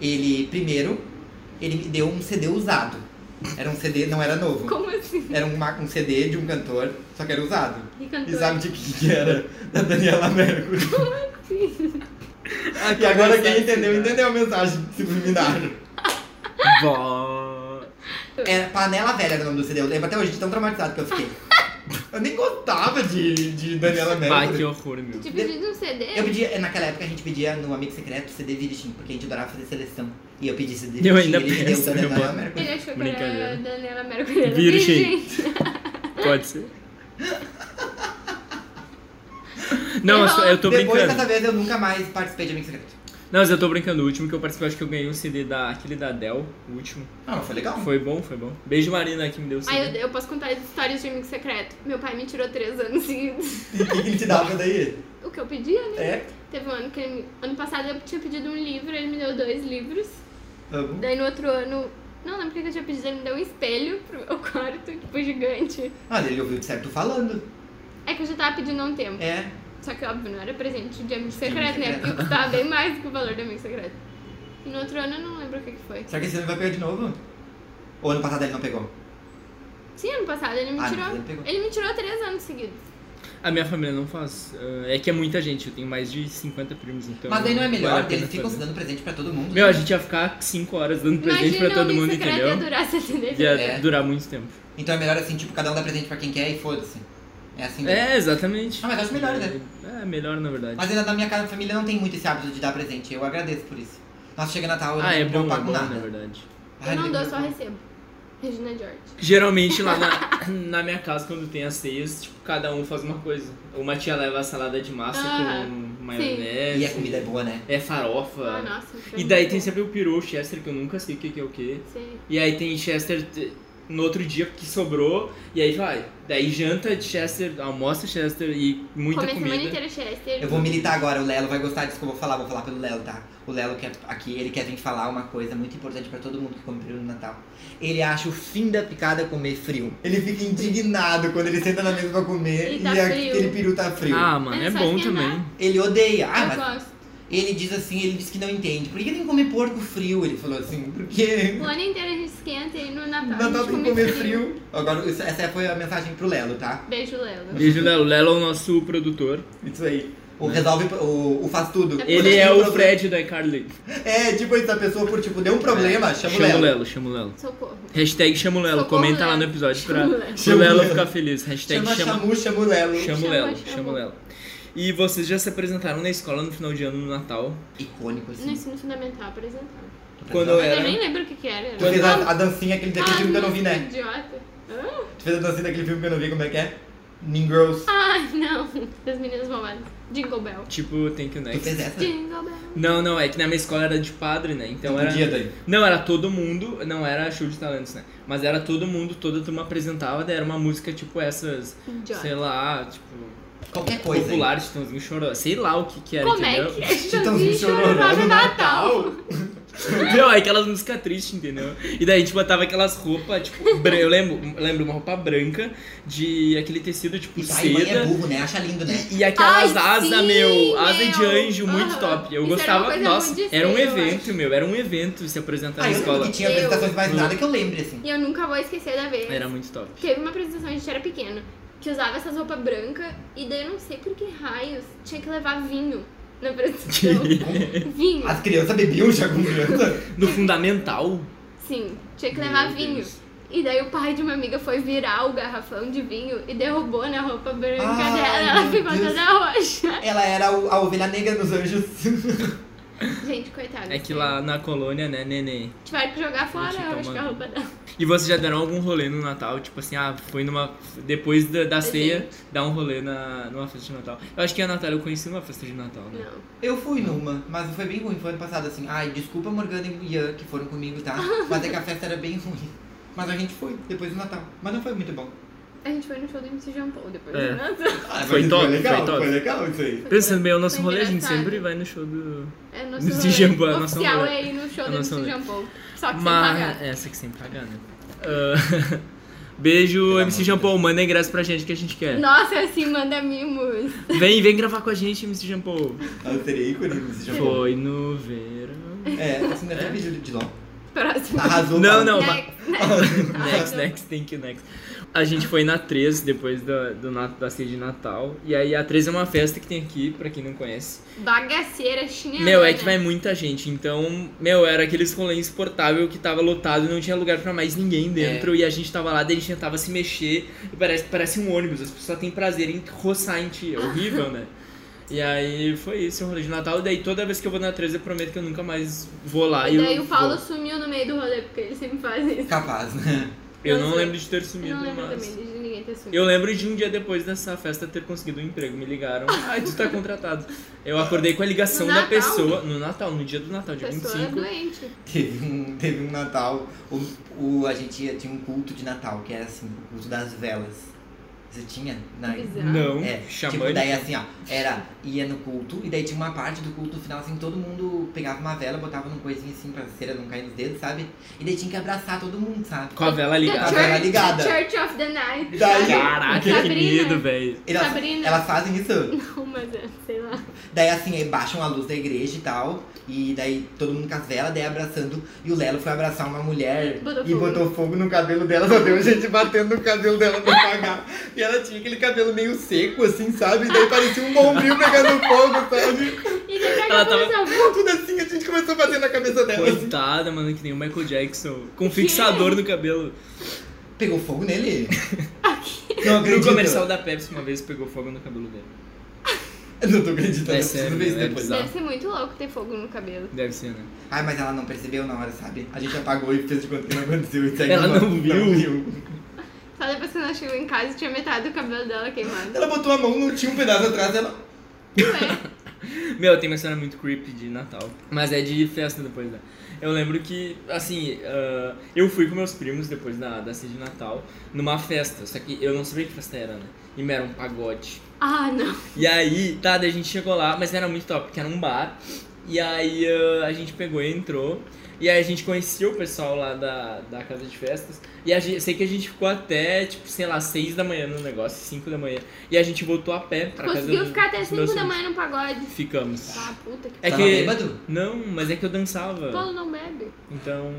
Speaker 3: Ele, primeiro, ele me deu um CD usado. Era um CD, não era novo.
Speaker 2: Como assim?
Speaker 3: Era uma- um CD de um cantor, só que era usado.
Speaker 2: E
Speaker 3: E
Speaker 2: Um cantor?
Speaker 3: sabe de quem que era? Da Daniela Mercury.
Speaker 2: Tipo,
Speaker 1: Ah, que
Speaker 3: E agora
Speaker 2: é
Speaker 1: mensagem,
Speaker 3: quem entendeu,
Speaker 1: né?
Speaker 3: entendeu a mensagem subliminar.
Speaker 1: Bom.
Speaker 3: Era É Panela Velha era o nome do CD. Eu lembro até hoje de tão traumatizado que eu fiquei. Eu nem gostava de, de Daniela
Speaker 1: Vai, que
Speaker 3: Mercury.
Speaker 1: horror, meu.
Speaker 2: Tu te pediu um CD?
Speaker 3: Eu pedia, naquela época a gente pedia no Amigo Secreto CD Virgin, porque a gente adorava fazer seleção. E eu pedi CD Virgin,
Speaker 1: Eu ainda
Speaker 3: ele me deu tá,
Speaker 1: peço,
Speaker 3: da
Speaker 1: meu
Speaker 3: Daniela
Speaker 1: amor.
Speaker 3: Mercury.
Speaker 2: Ele achou que
Speaker 1: Brincadeira.
Speaker 2: era Daniela Mercury. era
Speaker 1: Virgem. Pode ser. Não, eu, só- eu tô
Speaker 3: Depois
Speaker 1: brincando.
Speaker 3: dessa vez eu nunca mais participei de Amigo Secreto.
Speaker 1: Não, mas eu tô brincando. O último que eu participei, acho que eu ganhei um CD da, aquele da Dell. O último.
Speaker 3: Ah, mas foi legal.
Speaker 1: Foi bom, foi bom. Beijo, Marina, que me deu o CD.
Speaker 2: Aí eu, eu posso contar as histórias de amigo secreto. Meu pai me tirou três anos seguidos.
Speaker 3: E o que que ele te dava daí?
Speaker 2: O que eu pedia, né?
Speaker 3: É?
Speaker 2: Teve um ano que ele me... Ano passado eu tinha pedido um livro, ele me deu dois livros.
Speaker 3: Amo.
Speaker 2: Daí no outro ano... Não lembro o que que eu tinha pedido, ele me deu um espelho pro meu quarto, tipo, gigante.
Speaker 3: Ah, ele ouviu de certo falando.
Speaker 2: É que eu já tava pedindo há um tempo.
Speaker 3: É.
Speaker 2: Só que, óbvio, não era presente de amigo
Speaker 3: amigo
Speaker 2: secreto, né?
Speaker 3: secreto.
Speaker 2: Porque custava bem mais do que o valor do amigo secreto. E no outro ano eu não lembro o que que foi.
Speaker 3: Será que esse ano vai pegar de novo? Ou ano passado ele não pegou?
Speaker 1: Então
Speaker 2: Sim, ano passado ele me
Speaker 3: Ah, não,
Speaker 2: tirou...
Speaker 3: ele pegou.
Speaker 2: Ele me tirou três anos seguidos.
Speaker 1: A minha família não faz. ah, É que é muita gente, eu tenho mais de 50 primos, então.
Speaker 3: Mas daí não é
Speaker 1: vale a
Speaker 3: melhor,
Speaker 1: pena
Speaker 3: eles ficam se
Speaker 1: fazer.
Speaker 3: dando presente pra todo mundo. né?
Speaker 1: Meu, a gente ia ficar 5 horas dando Um presente
Speaker 2: Imagina
Speaker 1: pra todo
Speaker 2: o amigo
Speaker 1: mundo,
Speaker 2: secreto
Speaker 1: entendeu?
Speaker 2: ia durar 70
Speaker 1: Ia
Speaker 3: É.
Speaker 1: durar muito tempo.
Speaker 3: Então é melhor assim, tipo, cada um dá presente pra quem quer e foda-se. É assim.
Speaker 1: É, exatamente.
Speaker 3: Ah, mas acho melhor, né?
Speaker 1: É, melhor na verdade.
Speaker 3: Mas ainda na minha casa, família não tem muito esse hábito de dar presente. Eu agradeço por isso. Nossa, chega Natal, eu
Speaker 1: Ah, é
Speaker 3: não
Speaker 1: bom, é
Speaker 3: pago
Speaker 1: bom, na
Speaker 3: nada.
Speaker 1: verdade.
Speaker 3: Ai,
Speaker 2: Eu não dou,
Speaker 3: eu-
Speaker 2: só recebo. Regina George.
Speaker 1: Geralmente lá na, na minha casa, quando tem as ceias, tipo, cada um faz uma coisa. Uma tia leva a salada de massa
Speaker 2: Ah,
Speaker 1: com maionese.
Speaker 3: E a comida é boa, né?
Speaker 1: é faropa.
Speaker 2: Ah, nossa.
Speaker 1: e daí tem sempre o peru, o Chester, que eu nunca sei o que que é o que.
Speaker 2: Sim.
Speaker 1: E aí tem Chester t- no outro dia que sobrou. E aí vai. Daí janta de Chester, almoça Chester e muita
Speaker 2: Comer semana
Speaker 1: comida.
Speaker 2: inteira Chester.
Speaker 3: Eu vou militar agora, o Lelo vai gostar disso que eu vou falar, vou falar pelo Lelo, tá? O Lelo quer aqui, ele quer vir falar uma coisa muito importante pra todo mundo que come peru no Natal. Ele acha o fim da picada comer frio. Ele fica indignado quando ele senta na mesa pra comer
Speaker 2: E tá
Speaker 3: a-
Speaker 2: frio.
Speaker 3: aquele peru tá frio.
Speaker 1: Ah, mano,
Speaker 2: Mas
Speaker 1: é
Speaker 2: só
Speaker 1: bom
Speaker 2: esquentar.
Speaker 1: também.
Speaker 3: Ele odeia. Ah,
Speaker 2: Eu
Speaker 3: mas
Speaker 2: gosto.
Speaker 3: ele diz assim, ele diz que não entende. Por que tem que comer porco frio? Ele falou assim, porque
Speaker 2: O ano inteiro a gente esquenta e no Natal, a
Speaker 3: Natal
Speaker 2: gente
Speaker 3: tem que
Speaker 2: come
Speaker 3: comer frio. Agora, isso- essa foi a mensagem pro Lelo, tá?
Speaker 2: Beijo, Lelo.
Speaker 1: Beijo, Lelo. Lelo é o nosso produtor.
Speaker 3: Isso aí. O resolve, o, o faz tudo.
Speaker 1: Ele é o Fred do iCarly.
Speaker 3: É, tipo, essa pessoa, por tipo, deu um problema, chama o
Speaker 1: Chama o
Speaker 3: Lelo.
Speaker 1: Lelo, chama o Lelo.
Speaker 2: Socorro.
Speaker 1: Hashtag chama o Lelo.
Speaker 2: Socorro,
Speaker 1: Comenta lá
Speaker 2: Lelo.
Speaker 1: no episódio pra
Speaker 2: Chama o Lelo.
Speaker 1: pro Lelo ficar feliz. Hashtag
Speaker 3: Chama
Speaker 1: chama,
Speaker 3: Chamu, chama o Lelo.
Speaker 1: chama o
Speaker 2: Chama,
Speaker 1: Lelo.
Speaker 2: chama.
Speaker 1: Chama o Lelo. E vocês já se apresentaram na escola no final de ano, no Natal?
Speaker 3: Icônico,
Speaker 2: No
Speaker 3: assim. Tá
Speaker 2: ensino fundamental apresentando.
Speaker 1: Quando eu
Speaker 2: Mas
Speaker 3: é-
Speaker 2: eu
Speaker 1: era...
Speaker 2: nem lembro o que que era. Ah,
Speaker 3: Tu fez
Speaker 1: Quando-
Speaker 3: a, a dancinha aquele daquele filme que eu não vi, né?
Speaker 2: Idiota. Hã?
Speaker 3: Tu fez a dancinha daquele filme que eu não vi, como é que é? Mean Girls.
Speaker 2: Ai, não. Das meninas malvadas. Jingle Bell.
Speaker 1: Tipo, tem que o
Speaker 3: Tu
Speaker 1: next.
Speaker 3: fez essa?
Speaker 2: Jingle Bell.
Speaker 1: Não, não, é que na minha escola era de padre, né? Então
Speaker 3: Um
Speaker 1: era.
Speaker 3: dia daí.
Speaker 1: Não, era todo mundo, não era show de talentos, né? Mas era todo mundo, toda turma apresentava, daí era uma música tipo essas,
Speaker 2: Idiota.
Speaker 1: sei lá, tipo,
Speaker 3: Qualquer coisa. aí.
Speaker 1: popular, Chitãozinho Chororó, sei lá o que que era,
Speaker 2: Como é
Speaker 1: entendeu?
Speaker 2: que é?
Speaker 3: Chitãozinho Chororó Então, no Natal.
Speaker 1: Não, é aquelas músicas tristes, entendeu? E daí a gente botava aquelas roupas, tipo, bran- eu lembro, lembro uma roupa branca de aquele tecido tipo
Speaker 3: E pai e mãe é
Speaker 1: seda.
Speaker 3: burro, né? Acha lindo, né?
Speaker 1: E aquelas
Speaker 2: Ai,
Speaker 1: asas,
Speaker 2: sim,
Speaker 1: meu, asa de
Speaker 2: meu.
Speaker 1: anjo, muito
Speaker 2: Aham.
Speaker 1: top. Eu
Speaker 2: Isso era uma
Speaker 1: gostava,
Speaker 2: coisa
Speaker 1: nossa,
Speaker 2: muito de
Speaker 1: era um
Speaker 2: ser, eu
Speaker 1: evento,
Speaker 2: acho.
Speaker 1: meu, era um evento se apresentar
Speaker 3: Ah,
Speaker 1: na
Speaker 3: eu lembro
Speaker 1: escola.
Speaker 3: que tinha
Speaker 2: Eu-
Speaker 3: apresentações mais nada que eu lembre, assim.
Speaker 2: E eu nunca vou esquecer da vez.
Speaker 1: Era muito top.
Speaker 2: Teve uma apresentação, a gente era pequeno, que usava essas roupas brancas. E daí eu não sei por que raios tinha que levar vinho na apresentação. vinho.
Speaker 3: As crianças bebiam já com criança.
Speaker 1: No fundamental.
Speaker 2: Sim, tinha que levar
Speaker 1: Meu
Speaker 2: vinho.
Speaker 1: Deus.
Speaker 2: E daí o pai de uma amiga foi virar o garrafão de vinho e derrubou na roupa branca
Speaker 3: Ai,
Speaker 2: dela. Ela
Speaker 3: meu
Speaker 2: ficou
Speaker 3: Deus.
Speaker 2: toda roxa.
Speaker 3: Ela era o- a ovelha negra dos anjos.
Speaker 2: Gente, assim, coitada.
Speaker 1: É que lá na colônia, né, nenê?
Speaker 2: Tiveram que jogar fora,
Speaker 1: Gente, então,
Speaker 2: eu acho
Speaker 1: toma-
Speaker 2: que a roupa dela.
Speaker 1: E vocês já deram algum rolê no Natal? Tipo assim, ah, foi numa. Depois da,
Speaker 2: Uhum.
Speaker 1: da ceia, dar um rolê na, numa festa de Natal. Eu acho que a Natália eu conheci numa festa de Natal, né?
Speaker 2: Não.
Speaker 3: Eu fui numa, mas foi bem ruim, foi ano passado assim. Ai, desculpa Morgana e Ian que foram comigo, tá? Mas é que a festa era bem ruim. Mas a gente foi, depois do Natal. Mas não foi muito bom.
Speaker 2: A gente foi no show do MC Jean Paul depois né?
Speaker 1: É.
Speaker 2: do Natal.
Speaker 3: Ah,
Speaker 1: Foi
Speaker 3: mas
Speaker 1: top,
Speaker 3: legal,
Speaker 1: foi top.
Speaker 3: legal isso aí.
Speaker 1: Pensando bem, o nosso
Speaker 2: Foi
Speaker 1: rolê a gente
Speaker 2: engraçado.
Speaker 1: sempre vai no show do.
Speaker 2: É nosso
Speaker 1: MC
Speaker 2: rolê.
Speaker 1: Jean Paul, é
Speaker 2: O
Speaker 1: nosso
Speaker 2: oficial
Speaker 1: rolê.
Speaker 2: é ir no show
Speaker 1: É
Speaker 2: do
Speaker 1: nosso
Speaker 2: MC
Speaker 1: rolê.
Speaker 2: Jean Paul. Só que sem pagar.
Speaker 1: Essa que sem pagar, né? Ah, Beijo,
Speaker 3: Pelo amor
Speaker 1: MC
Speaker 3: de
Speaker 1: Jampol.
Speaker 3: Deus.
Speaker 1: Manda ingresso pra gente que a gente quer.
Speaker 2: Nossa, assim, manda mimos.
Speaker 1: Vem, vem gravar com a gente, MC Jampol.
Speaker 3: Ah, Eu seria ícone nesse jogo.
Speaker 1: Foi no verão.
Speaker 3: É, assim, não é até vídeo de LOL.
Speaker 2: Próximo.
Speaker 3: Arrasou. tá?
Speaker 1: Não, não, mas-
Speaker 2: Next, next.
Speaker 1: Next,
Speaker 2: Arrasou.
Speaker 1: next, thank you, next. A gente foi na 3 depois da, do, na- da ceia de Natal. E aí a 3 é uma festa que tem aqui, pra quem não conhece.
Speaker 2: Bagaceira né? chinelona.
Speaker 1: meu, é que vai muita gente. Então, meu, era aqueles rolê insuportável que tava lotado e não tinha lugar pra mais ninguém
Speaker 2: É.
Speaker 1: dentro. E a gente tava lá, daí a gente tentava se mexer. E parece, parece um ônibus, as pessoas têm prazer em roçar em ti. É horrível, né? E aí foi isso, o rolê de Natal. E daí toda vez que eu vou na 3 eu prometo que eu nunca mais vou lá.
Speaker 2: E
Speaker 1: eu
Speaker 2: daí o Paulo
Speaker 1: vou.
Speaker 2: sumiu no meio do rolê, porque ele sempre faz isso.
Speaker 3: Capaz, né?
Speaker 1: Eu não
Speaker 2: Pois é.
Speaker 1: lembro de ter
Speaker 2: Eu
Speaker 1: sumido,
Speaker 2: não lembro
Speaker 1: mas.
Speaker 2: também de ninguém ter sumido.
Speaker 1: Eu lembro de um dia depois dessa festa ter conseguido um emprego. Me ligaram. Ah, tu tá contratado. Eu acordei com a ligação
Speaker 2: No
Speaker 1: da
Speaker 2: Natal?
Speaker 1: pessoa no Natal, no dia do Natal, dia
Speaker 2: Pessoa né?
Speaker 1: 25.
Speaker 2: doente.
Speaker 3: Teve um, teve um Natal. O, o, a gente ia- tinha um culto de Natal, que era assim, o culto das velas. Você tinha? Na,
Speaker 2: Bizarro.
Speaker 1: Não,
Speaker 3: É, tipo,
Speaker 1: Então, chamando.
Speaker 3: daí assim, ó, era, ia no culto, e daí tinha uma parte do culto no final, assim, todo mundo pegava uma vela, botava num coisinho assim pra cera não cair nos dedos, sabe? E daí tinha que abraçar todo mundo, sabe?
Speaker 1: Com a vela
Speaker 2: The
Speaker 1: ligada.
Speaker 3: Tchau. vela
Speaker 2: Church,
Speaker 3: ligada.
Speaker 2: The Church of the Night.
Speaker 3: Daí-
Speaker 1: Caraca, que
Speaker 2: Sabrina.
Speaker 1: medo, velho.
Speaker 3: Elas,
Speaker 2: Sabrina.
Speaker 3: elas fazem isso.
Speaker 2: Não, mas é, sei lá.
Speaker 3: Daí assim, aí baixam a luz da igreja e tal, e daí todo mundo com as velas, daí abraçando, e o Lelo foi abraçar uma mulher
Speaker 2: Botou
Speaker 3: e
Speaker 2: fogo.
Speaker 3: botou fogo no cabelo dela, só deu gente batendo no cabelo dela pra apagar. E ela tinha aquele cabelo meio seco, assim, sabe? E daí parecia um bombril pegando fogo, sabe?
Speaker 2: E daí pra
Speaker 1: Ela
Speaker 2: ela
Speaker 1: tava-
Speaker 2: começou a-
Speaker 3: Tudo assim, a gente começou a bater na cabeça dela, assim.
Speaker 1: Coitada, mano, que nem o Michael Jackson. Com um fixador no cabelo.
Speaker 3: Pegou fogo nele? Não
Speaker 1: No
Speaker 3: acredito.
Speaker 1: comercial da Pepsi, uma vez pegou fogo no cabelo dele.
Speaker 3: Não tô acreditando,
Speaker 1: É
Speaker 3: eu preciso
Speaker 1: sério,
Speaker 3: ver isso
Speaker 1: é
Speaker 3: depois.
Speaker 1: bizarro.
Speaker 2: Deve ser muito louco ter fogo no cabelo.
Speaker 1: Deve ser, né?
Speaker 3: Ai, mas ela não percebeu na hora, sabe? A gente apagou e fez de conta que não aconteceu e segue
Speaker 1: Ela
Speaker 3: embora.
Speaker 1: não viu.
Speaker 2: Só depois que ela chegou em casa tinha metade do cabelo dela queimado.
Speaker 3: Ela botou a mão, não tinha um pedaço atrás, ela...
Speaker 2: Ué,
Speaker 1: Meu, tem uma história muito creepy de Natal. Mas é de festa depois, né? Eu lembro que, assim, ah, eu fui com meus primos depois da, da ceia de Natal numa festa. Só que eu não sabia que festa era, né? E era um pagode.
Speaker 2: ah, não.
Speaker 1: E aí, tá, daí a gente chegou lá, mas era muito top, porque era um bar. E aí ah, a gente pegou e entrou. E aí a gente conhecia o pessoal lá da, da casa de festas. E a gente, sei que a gente ficou até, tipo, sei lá, 6 da manhã no negócio, 5 da manhã. E a gente voltou a pé pra casa
Speaker 2: Conseguiu
Speaker 1: do-
Speaker 2: ficar até
Speaker 1: dos
Speaker 2: 5
Speaker 1: meus
Speaker 2: da
Speaker 1: primos.
Speaker 2: manhã no pagode.
Speaker 1: Ficamos.
Speaker 2: Ah, puta que...
Speaker 1: É
Speaker 3: Tava
Speaker 1: que.
Speaker 3: Tá bêbado?
Speaker 1: Não, mas é que eu dançava.
Speaker 2: Paulo não bebe.
Speaker 1: Então.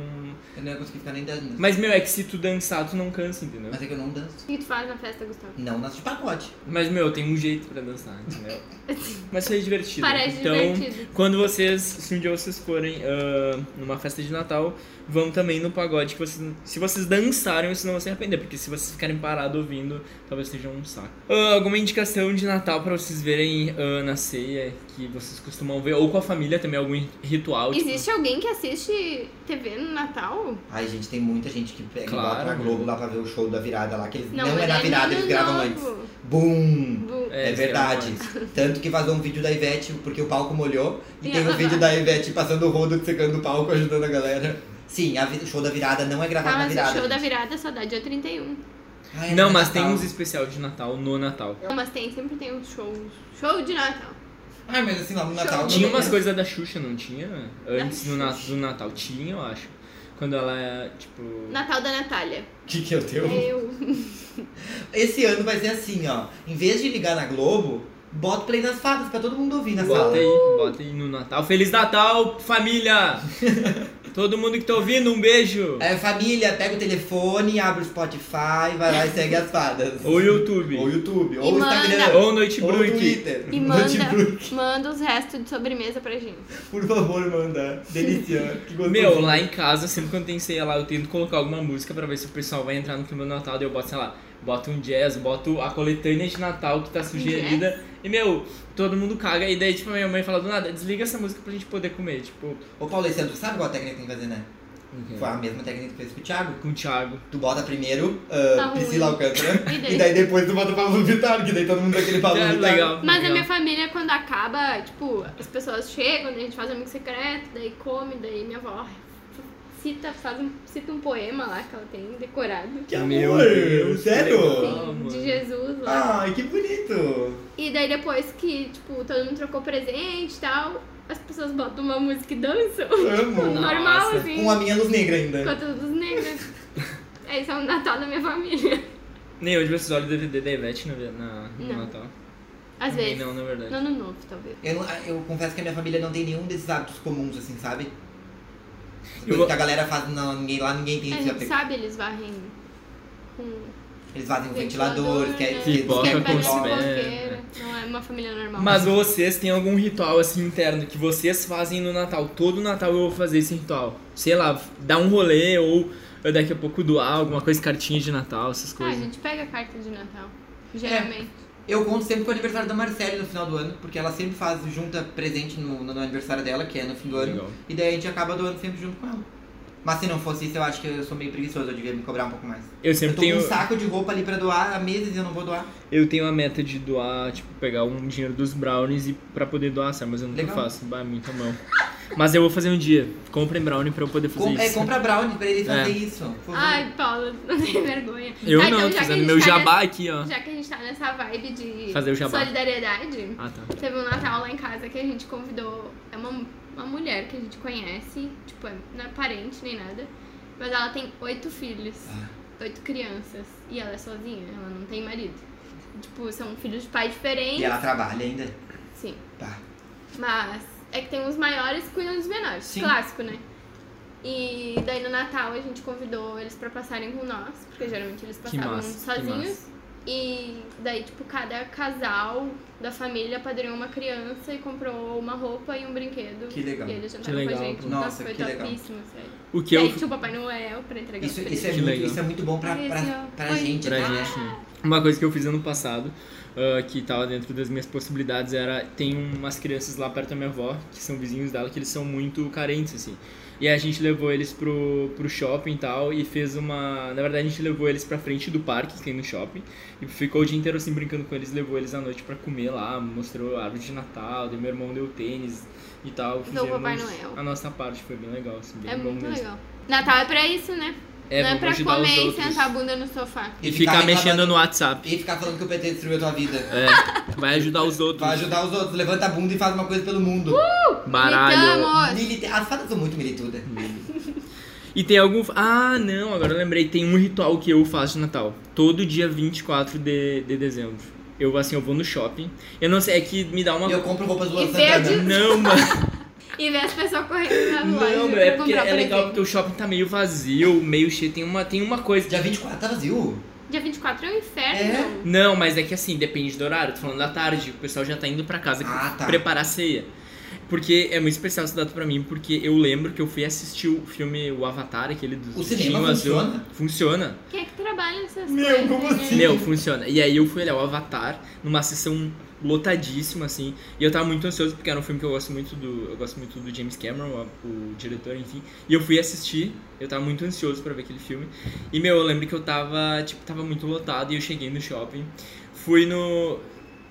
Speaker 3: Eu não ia conseguir ficar nem 10 minutos.
Speaker 1: Mas, meu, é que se tu dançar, tu não cansa, entendeu?
Speaker 3: Mas é que eu não danço.
Speaker 2: O que tu faz na festa, Gustavo?
Speaker 3: Não danço de pacote.
Speaker 1: Mas, meu, tem um jeito pra dançar, entendeu? Mas foi divertido.
Speaker 2: Parece
Speaker 1: então,
Speaker 2: divertido.
Speaker 1: quando vocês, se um dia vocês forem ah, numa festa de Natal, vão também no pagode. Que vocês, se vocês dançarem, vocês não vão se arrepender. Porque se vocês ficarem parados ouvindo, talvez seja um saco. Ah, alguma indicação de Natal pra vocês verem ah, na ceia que vocês costumam ver? Ou com a família também, algum ritual? tipo-
Speaker 2: Existe alguém que assiste TV no Natal?
Speaker 3: Ai, gente, tem muita gente que pega
Speaker 1: Claro.
Speaker 3: e bota pra Globo lá pra ver o show da virada lá, que eles não, é
Speaker 2: mas
Speaker 3: na
Speaker 2: no
Speaker 3: virada,
Speaker 2: Ano
Speaker 3: eles gravam antes.
Speaker 2: novo.
Speaker 3: Bum!
Speaker 2: Do-
Speaker 1: É,
Speaker 3: É,
Speaker 1: eles
Speaker 3: verdade.
Speaker 1: gravam
Speaker 3: Tanto que vazou um vídeo da Ivete, porque o palco molhou, e
Speaker 2: E
Speaker 3: tem um
Speaker 2: ela-
Speaker 3: vídeo da Ivete passando o rodo, secando o palco, ajudando a galera. Sim, a vi- o show da virada não é gravado
Speaker 2: Tá,
Speaker 3: na
Speaker 2: mas
Speaker 3: virada.
Speaker 2: o show da
Speaker 3: gente.
Speaker 2: virada só dá dia 31.
Speaker 3: Ai, é
Speaker 1: Não,
Speaker 3: no
Speaker 1: mas tem
Speaker 3: Natal.
Speaker 1: uns especial de Natal no Natal.
Speaker 2: Não, mas tem, sempre tem um show. Show de Natal.
Speaker 3: Ai, mas assim, lá no Natal.
Speaker 1: Tinha
Speaker 3: não-
Speaker 1: umas coisas da Xuxa, não tinha? Antes do, na- do Natal. Tinha, eu acho. Quando ela, tipo...
Speaker 2: Natal da Natália.
Speaker 3: O que, que eu tenho?
Speaker 2: Eu.
Speaker 3: Esse ano vai ser assim, ó. Em vez de ligar na Globo, bota play nas fadas pra todo mundo ouvir na
Speaker 1: Bota
Speaker 3: sala.
Speaker 1: aí, bota aí no Natal. Feliz Natal, família! Todo mundo que tá ouvindo, um beijo!
Speaker 3: É, família, pega o telefone, abre o Spotify, vai lá e segue as fadas.
Speaker 1: Ou YouTube.
Speaker 3: Ou YouTube, ou
Speaker 2: E
Speaker 3: Instagram.
Speaker 2: manda.
Speaker 1: Ou Noite
Speaker 3: ou
Speaker 1: Brook.
Speaker 3: Twitter.
Speaker 2: E
Speaker 3: Ou
Speaker 2: manda,
Speaker 3: Notebook.
Speaker 2: manda os restos de sobremesa pra gente.
Speaker 3: Por favor, manda. Delícia. Que gostoso.
Speaker 1: Meu, lá em casa, sempre quando tem ceia lá, eu tento colocar alguma música pra ver se o pessoal vai entrar no clima do Natal. Daí eu boto, sei lá, boto um jazz, boto a coletânea de Natal que tá
Speaker 2: Um
Speaker 1: sugerida. E, meu, todo mundo caga. E daí, tipo, a minha mãe fala do nada, desliga essa música pra gente poder comer. Tipo,
Speaker 3: Ô, Paulo Alessandro, sabe qual a técnica que tem que fazer, né?
Speaker 1: É. Uhum.
Speaker 3: Foi a mesma técnica que tu fez com o Thiago.
Speaker 1: com o Thiago.
Speaker 3: Tu bota primeiro ah,
Speaker 2: Tá ruim.
Speaker 3: Priscila Alcântara.
Speaker 2: E daí?
Speaker 3: e daí depois tu bota Pablo Vittar, que daí todo mundo daquele Pablo
Speaker 1: É,
Speaker 3: Vittar.
Speaker 1: legal.
Speaker 2: Mas na
Speaker 1: legal.
Speaker 2: minha família, quando acaba, tipo, as pessoas chegam, daí a gente faz um amigo secreto, daí come, daí minha avó cita, faz um, cita um poema lá que ela tem decorado.
Speaker 3: Que
Speaker 1: Meu
Speaker 3: amor!
Speaker 1: Deus,
Speaker 3: sério?
Speaker 1: que legal. Ah, mano.
Speaker 2: Sim, de Jesus lá.
Speaker 3: Ai, que bonito!
Speaker 2: E daí depois que, tipo, todo mundo trocou presente e tal, as pessoas botam uma música e dançam.
Speaker 3: Amo!
Speaker 2: Normal,
Speaker 1: Nossa.
Speaker 2: assim.
Speaker 3: Com a minha luz negra ainda.
Speaker 2: Com todos os negros. É, isso é o Natal da minha família.
Speaker 1: Nenhum de vocês olha o DVD da Ivete na, na, no
Speaker 2: Não.
Speaker 1: Natal.
Speaker 2: Às
Speaker 1: Também
Speaker 2: vezes.
Speaker 1: Não, né? na verdade.
Speaker 2: No ano novo, talvez.
Speaker 3: Eu, não- eu confesso que a minha família não tem nenhum desses hábitos comuns, assim, sabe?
Speaker 1: Eu
Speaker 3: Coisa
Speaker 1: vou-
Speaker 3: que a galera faz na, ninguém, lá, ninguém tem
Speaker 2: a
Speaker 3: esse
Speaker 2: gente
Speaker 3: hábito.
Speaker 2: É, sabe, eles varrem com
Speaker 3: Eles fazem com
Speaker 2: ventilador,
Speaker 3: ventiladores, é quer
Speaker 2: né?
Speaker 3: tipo,
Speaker 1: que- Pipoca
Speaker 2: Quer
Speaker 1: com
Speaker 2: pegar
Speaker 1: cimento.
Speaker 2: pipoqueira. Não é uma família normal.
Speaker 1: Mas vocês têm algum ritual assim interno que vocês fazem no Natal? Todo Natal eu vou fazer esse ritual. Sei lá, dar um rolê ou eu daqui a pouco doar alguma coisa, cartinha de Natal, essas
Speaker 2: Ah, a
Speaker 1: coisas.
Speaker 2: gente pega a carta de Natal.
Speaker 3: É,
Speaker 2: Geralmente.
Speaker 3: Eu conto sempre com o aniversário da Marcele no final do ano, porque ela sempre faz, junta presente no, no aniversário dela, que é no fim do ano.
Speaker 1: Legal.
Speaker 3: E daí a gente acaba doando sempre junto com ela. Mas se não fosse isso, eu acho que eu sou meio preguiçoso, eu devia me cobrar um pouco mais.
Speaker 1: eu
Speaker 3: Eu
Speaker 1: sempre
Speaker 3: tô
Speaker 1: tenho.
Speaker 3: com um saco de roupa ali pra doar há meses e eu não vou doar.
Speaker 1: Eu tenho a meta de doar, tipo, pegar um dinheiro dos brownies e pra poder doar, sabe? Mas eu nunca
Speaker 3: Legal.
Speaker 1: faço. Bah, muita mão. Mas eu vou fazer um dia. Comprem brownie pra eu poder fazer
Speaker 3: Com- é,
Speaker 1: isso.
Speaker 3: compra brownie pra ele fazer
Speaker 1: É.
Speaker 3: isso. por favor.
Speaker 2: Ai, Paula, não tem vergonha.
Speaker 1: Eu
Speaker 2: Tá,
Speaker 1: não,
Speaker 2: então,
Speaker 1: tô
Speaker 2: já que a
Speaker 1: fazendo
Speaker 2: gente
Speaker 1: meu
Speaker 2: tá
Speaker 1: jabá aqui, ó.
Speaker 2: nessa- já que a gente tá nessa vibe de
Speaker 1: Fazer o jabá.
Speaker 2: solidariedade,
Speaker 1: Ah, tá.
Speaker 2: teve um Natal lá em casa que a gente convidou. É uma, uma mulher que a gente conhece, tipo, é- não é parente nem nada. Mas ela tem oito filhos,
Speaker 1: Ah.
Speaker 2: oito crianças. E ela é sozinha, ela não tem marido. Tipo, são filhos de pai
Speaker 3: E
Speaker 2: diferente.
Speaker 3: ela trabalha ainda.
Speaker 2: Sim.
Speaker 3: Tá.
Speaker 2: Mas é que tem uns maiores que cuidam dos menores.
Speaker 3: Sim.
Speaker 2: Clássico, né? E daí no Natal a gente convidou eles pra passarem com nós, porque geralmente eles
Speaker 1: Que
Speaker 2: passavam
Speaker 1: massa, que
Speaker 2: sozinhos. E daí, tipo, cada casal da família padrinhou uma criança e comprou uma roupa e um brinquedo.
Speaker 3: Que legal.
Speaker 2: E eles jantaram
Speaker 1: Que
Speaker 2: com
Speaker 1: legal,
Speaker 2: a gente.
Speaker 1: pô.
Speaker 3: Nossa,
Speaker 2: foi
Speaker 3: que legal.
Speaker 2: topíssimo, sério.
Speaker 1: O que
Speaker 2: e
Speaker 1: eu.
Speaker 2: aí tinha o Papai Noel pra entregar os
Speaker 3: Isso, isso, é
Speaker 1: Que
Speaker 2: presentes.
Speaker 3: muito,
Speaker 1: legal.
Speaker 3: isso é muito bom pra,
Speaker 2: Ai,
Speaker 3: pra,
Speaker 2: esse, ó.
Speaker 3: pra
Speaker 2: Oi.
Speaker 3: gente.
Speaker 1: Pra
Speaker 3: tá?
Speaker 1: gente, né? Uma coisa que eu fiz ano passado, ah, que estava dentro das minhas possibilidades, era tem umas crianças lá perto da minha avó, que são vizinhos dela, que eles são muito carentes, assim. E a gente levou eles pro, pro shopping e tal, e fez uma. Na verdade, a gente levou eles pra frente do parque que tem no shopping, e ficou o dia inteiro assim brincando com eles, levou eles à noite pra comer lá, mostrou a árvore de Natal, daí meu irmão deu tênis e tal.
Speaker 2: Deu o Papai
Speaker 1: fizemos
Speaker 2: Noel.
Speaker 1: A nossa parte foi bem legal, assim, bem
Speaker 2: É
Speaker 1: bom
Speaker 2: muito
Speaker 1: mesmo.
Speaker 2: legal. Natal é pra isso, né?
Speaker 1: É,
Speaker 2: Não é
Speaker 1: vamos
Speaker 2: pra
Speaker 1: ajudar os
Speaker 2: comer e
Speaker 1: outros.
Speaker 2: sentar a bunda no sofá.
Speaker 1: E ficar mexendo no WhatsApp.
Speaker 3: E ficar falando que o PT destruiu a tua vida.
Speaker 1: É, vai ajudar os outros.
Speaker 3: Vai ajudar os outros, levanta a bunda e faz uma coisa pelo mundo.
Speaker 1: Baralho.
Speaker 2: Gritamos!
Speaker 3: Milita- As fadas são muito militudas.
Speaker 1: E tem algum. Ah, não, agora eu lembrei. Tem um ritual que eu faço de Natal. Todo dia 24 de, de dezembro. Eu, assim, eu vou no shopping. Eu não sei, é que me dá uma.
Speaker 3: Eu compro roupas do Luan
Speaker 2: E
Speaker 3: Santana.
Speaker 2: verde-
Speaker 1: Não, mano.
Speaker 2: E ver as pessoas correndo na loja
Speaker 1: Não, meu,
Speaker 2: pra
Speaker 1: é porque
Speaker 2: comprar
Speaker 1: é legal
Speaker 2: presente.
Speaker 1: porque o shopping tá meio vazio, meio cheio. Tem uma, tem uma coisa.
Speaker 3: Dia 24 tá vazio?
Speaker 2: Dia 24 é um inferno.
Speaker 1: Não, mas é que assim, depende do horário. Tô falando da tarde, o pessoal já tá indo pra casa
Speaker 3: Ah, tá.
Speaker 1: preparar a ceia. Porque é muito especial essa data pra mim, porque eu lembro que eu fui assistir o filme O Avatar, aquele do
Speaker 3: O cinema
Speaker 1: bichinho azul.
Speaker 3: funciona?
Speaker 1: Funciona.
Speaker 2: Quem é que trabalha nessas
Speaker 3: Meu,
Speaker 2: coisas?
Speaker 3: como
Speaker 2: né?
Speaker 3: assim?
Speaker 1: Meu, funciona. E aí eu fui olhar o Avatar numa sessão lotadíssima, assim. E eu tava muito ansioso, porque era um filme que eu gosto muito do. Eu gosto muito do James Cameron, o, o diretor, enfim. E eu fui assistir, eu tava muito ansioso pra ver aquele filme. E meu, eu lembro que eu tava, tipo, tava muito lotado e eu cheguei no shopping. Fui no.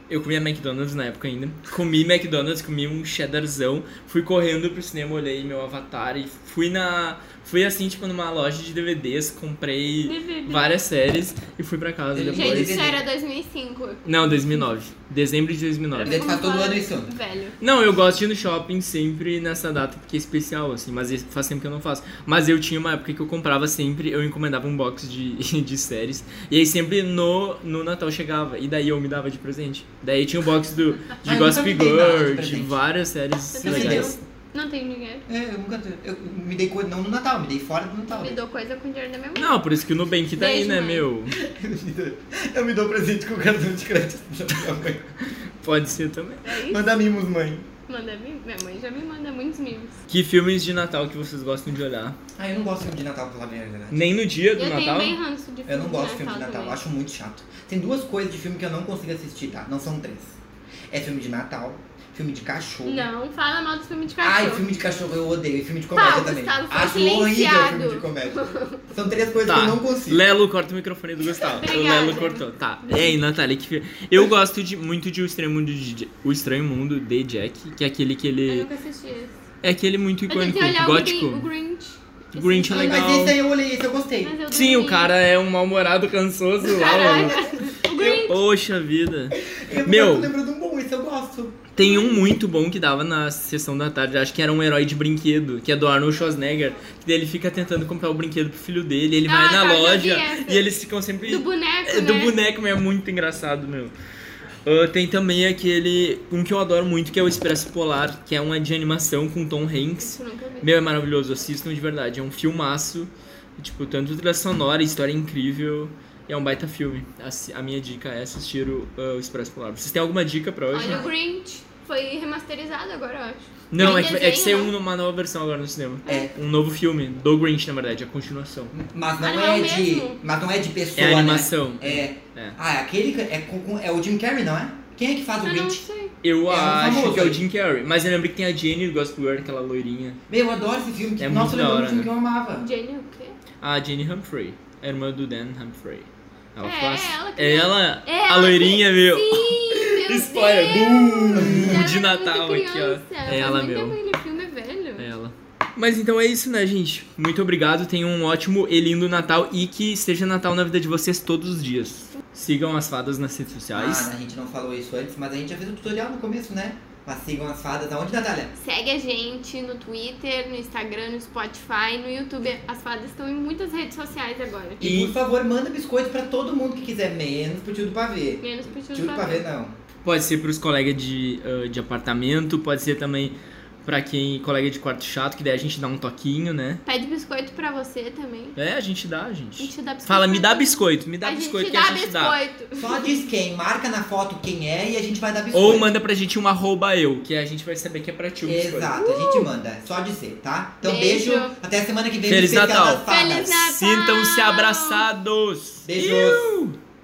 Speaker 1: Eu comia McDonald's na época ainda. Comi McDonald's, comi um cheddarzão. Fui correndo pro cinema, olhei meu avatar e fui na. Fui assim, tipo, numa loja de DVDs, comprei
Speaker 2: DVD.
Speaker 1: várias séries e fui pra casa
Speaker 3: Gente,
Speaker 1: depois.
Speaker 2: Gente, isso era 2005.
Speaker 1: Não, 2009. Dezembro de 2009.
Speaker 3: Deve
Speaker 2: Como
Speaker 3: ficar todo
Speaker 2: fala,
Speaker 3: ano isso.
Speaker 2: Velho.
Speaker 1: Não, eu gosto de ir no shopping sempre nessa data, porque é especial, assim, mas esse- faz tempo que eu não faço. Mas eu tinha uma época que eu comprava sempre, eu encomendava um box de, de séries, e aí sempre no, no Natal chegava, e daí eu me dava de presente. Daí tinha o box do,
Speaker 3: Ah,
Speaker 1: de
Speaker 3: eu
Speaker 1: Gossip
Speaker 3: nunca me dei nada de
Speaker 1: Girl, de
Speaker 3: presente.
Speaker 1: várias séries
Speaker 2: Eu
Speaker 3: também
Speaker 1: legais.
Speaker 2: Não tenho dinheiro.
Speaker 3: É, eu nunca. Eu me dei coisa não no Natal, me dei fora do Natal.
Speaker 2: Me
Speaker 3: né?
Speaker 2: dou coisa com dinheiro da minha mãe.
Speaker 1: Não, por isso que o Nubank tá aí,
Speaker 2: Beijo,
Speaker 1: né,
Speaker 2: mãe.
Speaker 1: meu?
Speaker 3: Eu me dou presente com o cartão de crédito da minha mãe.
Speaker 1: Pode ser também.
Speaker 2: É isso.
Speaker 3: Manda mimos, mãe.
Speaker 2: Manda mim. Minha mãe já me manda muitos mimos.
Speaker 1: Que filmes de Natal que vocês gostam de olhar?
Speaker 3: Ah, eu não gosto de filme de Natal, né? pra falar a verdade.
Speaker 1: Nem no dia
Speaker 2: Eu
Speaker 1: do
Speaker 2: tenho
Speaker 1: Natal?
Speaker 2: bem ranço de filme
Speaker 3: Eu não gosto de
Speaker 2: de
Speaker 3: filme de Natal,
Speaker 2: É, também.
Speaker 3: acho muito chato. Tem duas coisas de filme que eu não consigo assistir, tá? Não são três. É filme de Natal, filme de
Speaker 1: um
Speaker 3: cachorro.
Speaker 2: Não, fala mal dos filmes de cachorro.
Speaker 3: Ai, filme de cachorro eu odeio. E filme de comédia
Speaker 2: Tá, o
Speaker 3: também.
Speaker 2: Gustavo foi
Speaker 3: Acho horrível
Speaker 2: silenciado.
Speaker 3: filme de comédia. São três coisas que
Speaker 1: Tá.
Speaker 3: eu não consigo.
Speaker 1: Lelo, corta o microfone do Gustavo. o
Speaker 2: Obrigada.
Speaker 1: Lelo cortou. Tá. E aí, Natália, que filme? Eu gosto de, muito de O Estranho Mundo de J- O Estranho Mundo de Jack, que é aquele que
Speaker 2: Eu
Speaker 1: ele
Speaker 2: nunca assisti esse.
Speaker 1: é aquele muito
Speaker 2: Eu tentei
Speaker 1: icônico,
Speaker 2: olhar o
Speaker 1: gótico.
Speaker 2: Grin- o Grinch. Esse
Speaker 1: Grinch é
Speaker 2: filme.
Speaker 1: legal.
Speaker 3: Mas esse aí eu olhei, esse eu gostei.
Speaker 2: Mas eu
Speaker 1: Sim,
Speaker 2: dormi.
Speaker 1: o cara é um mal-humorado cansoso lá,
Speaker 2: Caralho.
Speaker 1: mano.
Speaker 2: O Grinch.
Speaker 1: Poxa vida.
Speaker 3: Eu
Speaker 1: Meu.
Speaker 3: tô lembrando um bom, esse eu gosto.
Speaker 1: Tem um muito bom que dava na sessão da tarde, acho que era um herói de brinquedo, que é do Arnold Schwarzenegger, que daí ele fica tentando comprar o brinquedo pro filho dele, ele
Speaker 2: Ah,
Speaker 1: vai na
Speaker 2: tá, eu vi
Speaker 1: loja
Speaker 2: essa.
Speaker 1: e eles ficam sempre
Speaker 2: Do boneco,
Speaker 1: É, do
Speaker 2: né?
Speaker 1: boneco, mas é muito engraçado, meu. Ah, tem também aquele. Um que eu adoro muito, que é o Expresso Polar, que é uma de animação com Tom Hanks.
Speaker 2: Isso eu nunca vi.
Speaker 1: Meu, é maravilhoso, assistam de verdade. É um filmaço. Tipo, tanto trilha sonora, história incrível. E é um baita filme. Assi- A, minha dica é assistir o, ah, o Expresso Polar. Vocês têm alguma dica pra hoje?
Speaker 2: Olha o Grinch. Foi remasterizado agora, eu acho.
Speaker 1: Não, é
Speaker 2: Tem
Speaker 1: que, é que
Speaker 2: desenho,
Speaker 1: saiu
Speaker 2: não?
Speaker 1: uma nova versão agora no cinema.
Speaker 3: É.
Speaker 1: Um novo filme, do Grinch, na verdade, a continuação.
Speaker 3: Mas não,
Speaker 2: Ah, não é
Speaker 3: é,
Speaker 2: o
Speaker 3: de.
Speaker 2: mesmo?
Speaker 3: Mas não é de pessoa.
Speaker 1: É
Speaker 3: né?
Speaker 1: animação.
Speaker 3: É.
Speaker 1: É.
Speaker 3: Ah, é aquele. que- É, com- com- é o Jim Carrey, não é? Quem é que
Speaker 1: Ah,
Speaker 3: faz o
Speaker 2: Eu Ah, não
Speaker 3: Grinch?
Speaker 2: sei.
Speaker 1: Eu
Speaker 3: um
Speaker 1: acho
Speaker 3: famoso,
Speaker 1: que é o
Speaker 3: hein?
Speaker 1: Jim Carrey. Mas eu lembro que tem a Jenny do Gossip Girl, aquela loirinha.
Speaker 3: Meu, eu adoro esse filme. Que,
Speaker 1: É
Speaker 3: nossa,
Speaker 1: muito
Speaker 3: eu
Speaker 1: da
Speaker 3: lembro
Speaker 1: hora,
Speaker 3: um filme
Speaker 1: né?
Speaker 3: que eu amava.
Speaker 2: Jenny o quê?
Speaker 1: A Jenny Humphrey, a irmã do Dan Humphrey. Ela
Speaker 2: É,
Speaker 1: faz.
Speaker 2: ela que-
Speaker 1: é ela,
Speaker 2: É ela
Speaker 1: a loirinha, meu.
Speaker 2: Sim, meu
Speaker 1: Spoiler. Bum! De
Speaker 2: Deus! Ela era muito
Speaker 1: Natal aqui, ó.
Speaker 2: criança.
Speaker 1: É
Speaker 2: Faz
Speaker 1: ela,
Speaker 2: muito
Speaker 1: meu.
Speaker 2: tempo que Aquele filme é velho.
Speaker 1: É ela. Mas então é isso, né, gente? Muito obrigado. Tenham um ótimo e lindo Natal e que seja Natal na vida de vocês todos os dias. Sigam as fadas nas redes sociais.
Speaker 3: Ah, a gente não falou isso antes, mas a gente já fez um tutorial no começo, né? Mas sigam as fadas. Aonde, Natália?
Speaker 2: Segue a gente no Twitter, no Instagram, no Spotify, no YouTube. As fadas estão em muitas redes sociais agora.
Speaker 3: E,
Speaker 1: E-
Speaker 3: por favor, manda biscoito pra todo mundo que quiser, menos pro tio do pavê.
Speaker 2: Menos pro
Speaker 3: Tio
Speaker 2: Tio
Speaker 3: do
Speaker 2: da
Speaker 3: pavê, não.
Speaker 1: Pode ser pros colegas de, ah, de apartamento, pode ser também pra quem colega de quarto chato, que daí a gente dá um toquinho, né?
Speaker 2: Pede biscoito pra você também.
Speaker 1: É, a gente dá,
Speaker 2: A
Speaker 1: gente.
Speaker 2: gente dá biscoito.
Speaker 1: Fala,
Speaker 2: pra
Speaker 1: me dá
Speaker 2: todo mundo.
Speaker 1: biscoito, me dá
Speaker 2: a
Speaker 1: biscoito
Speaker 2: gente
Speaker 1: que
Speaker 2: dá
Speaker 1: a gente dá.
Speaker 2: biscoito.
Speaker 3: Só diz quem, marca na foto quem é e a gente vai dar biscoito.
Speaker 1: Ou manda pra gente um arroba eu, que a gente vai saber que é pra ti o biscoito.
Speaker 3: Exato, a gente manda. Só dizer, tá? Então
Speaker 2: Beijo.
Speaker 3: beijo. Até semana que vem.
Speaker 1: Feliz
Speaker 3: especial
Speaker 1: Natal.
Speaker 3: das fadas.
Speaker 2: Feliz Natal.
Speaker 1: Sintam-se abraçados.
Speaker 3: Beijos.
Speaker 1: Iu!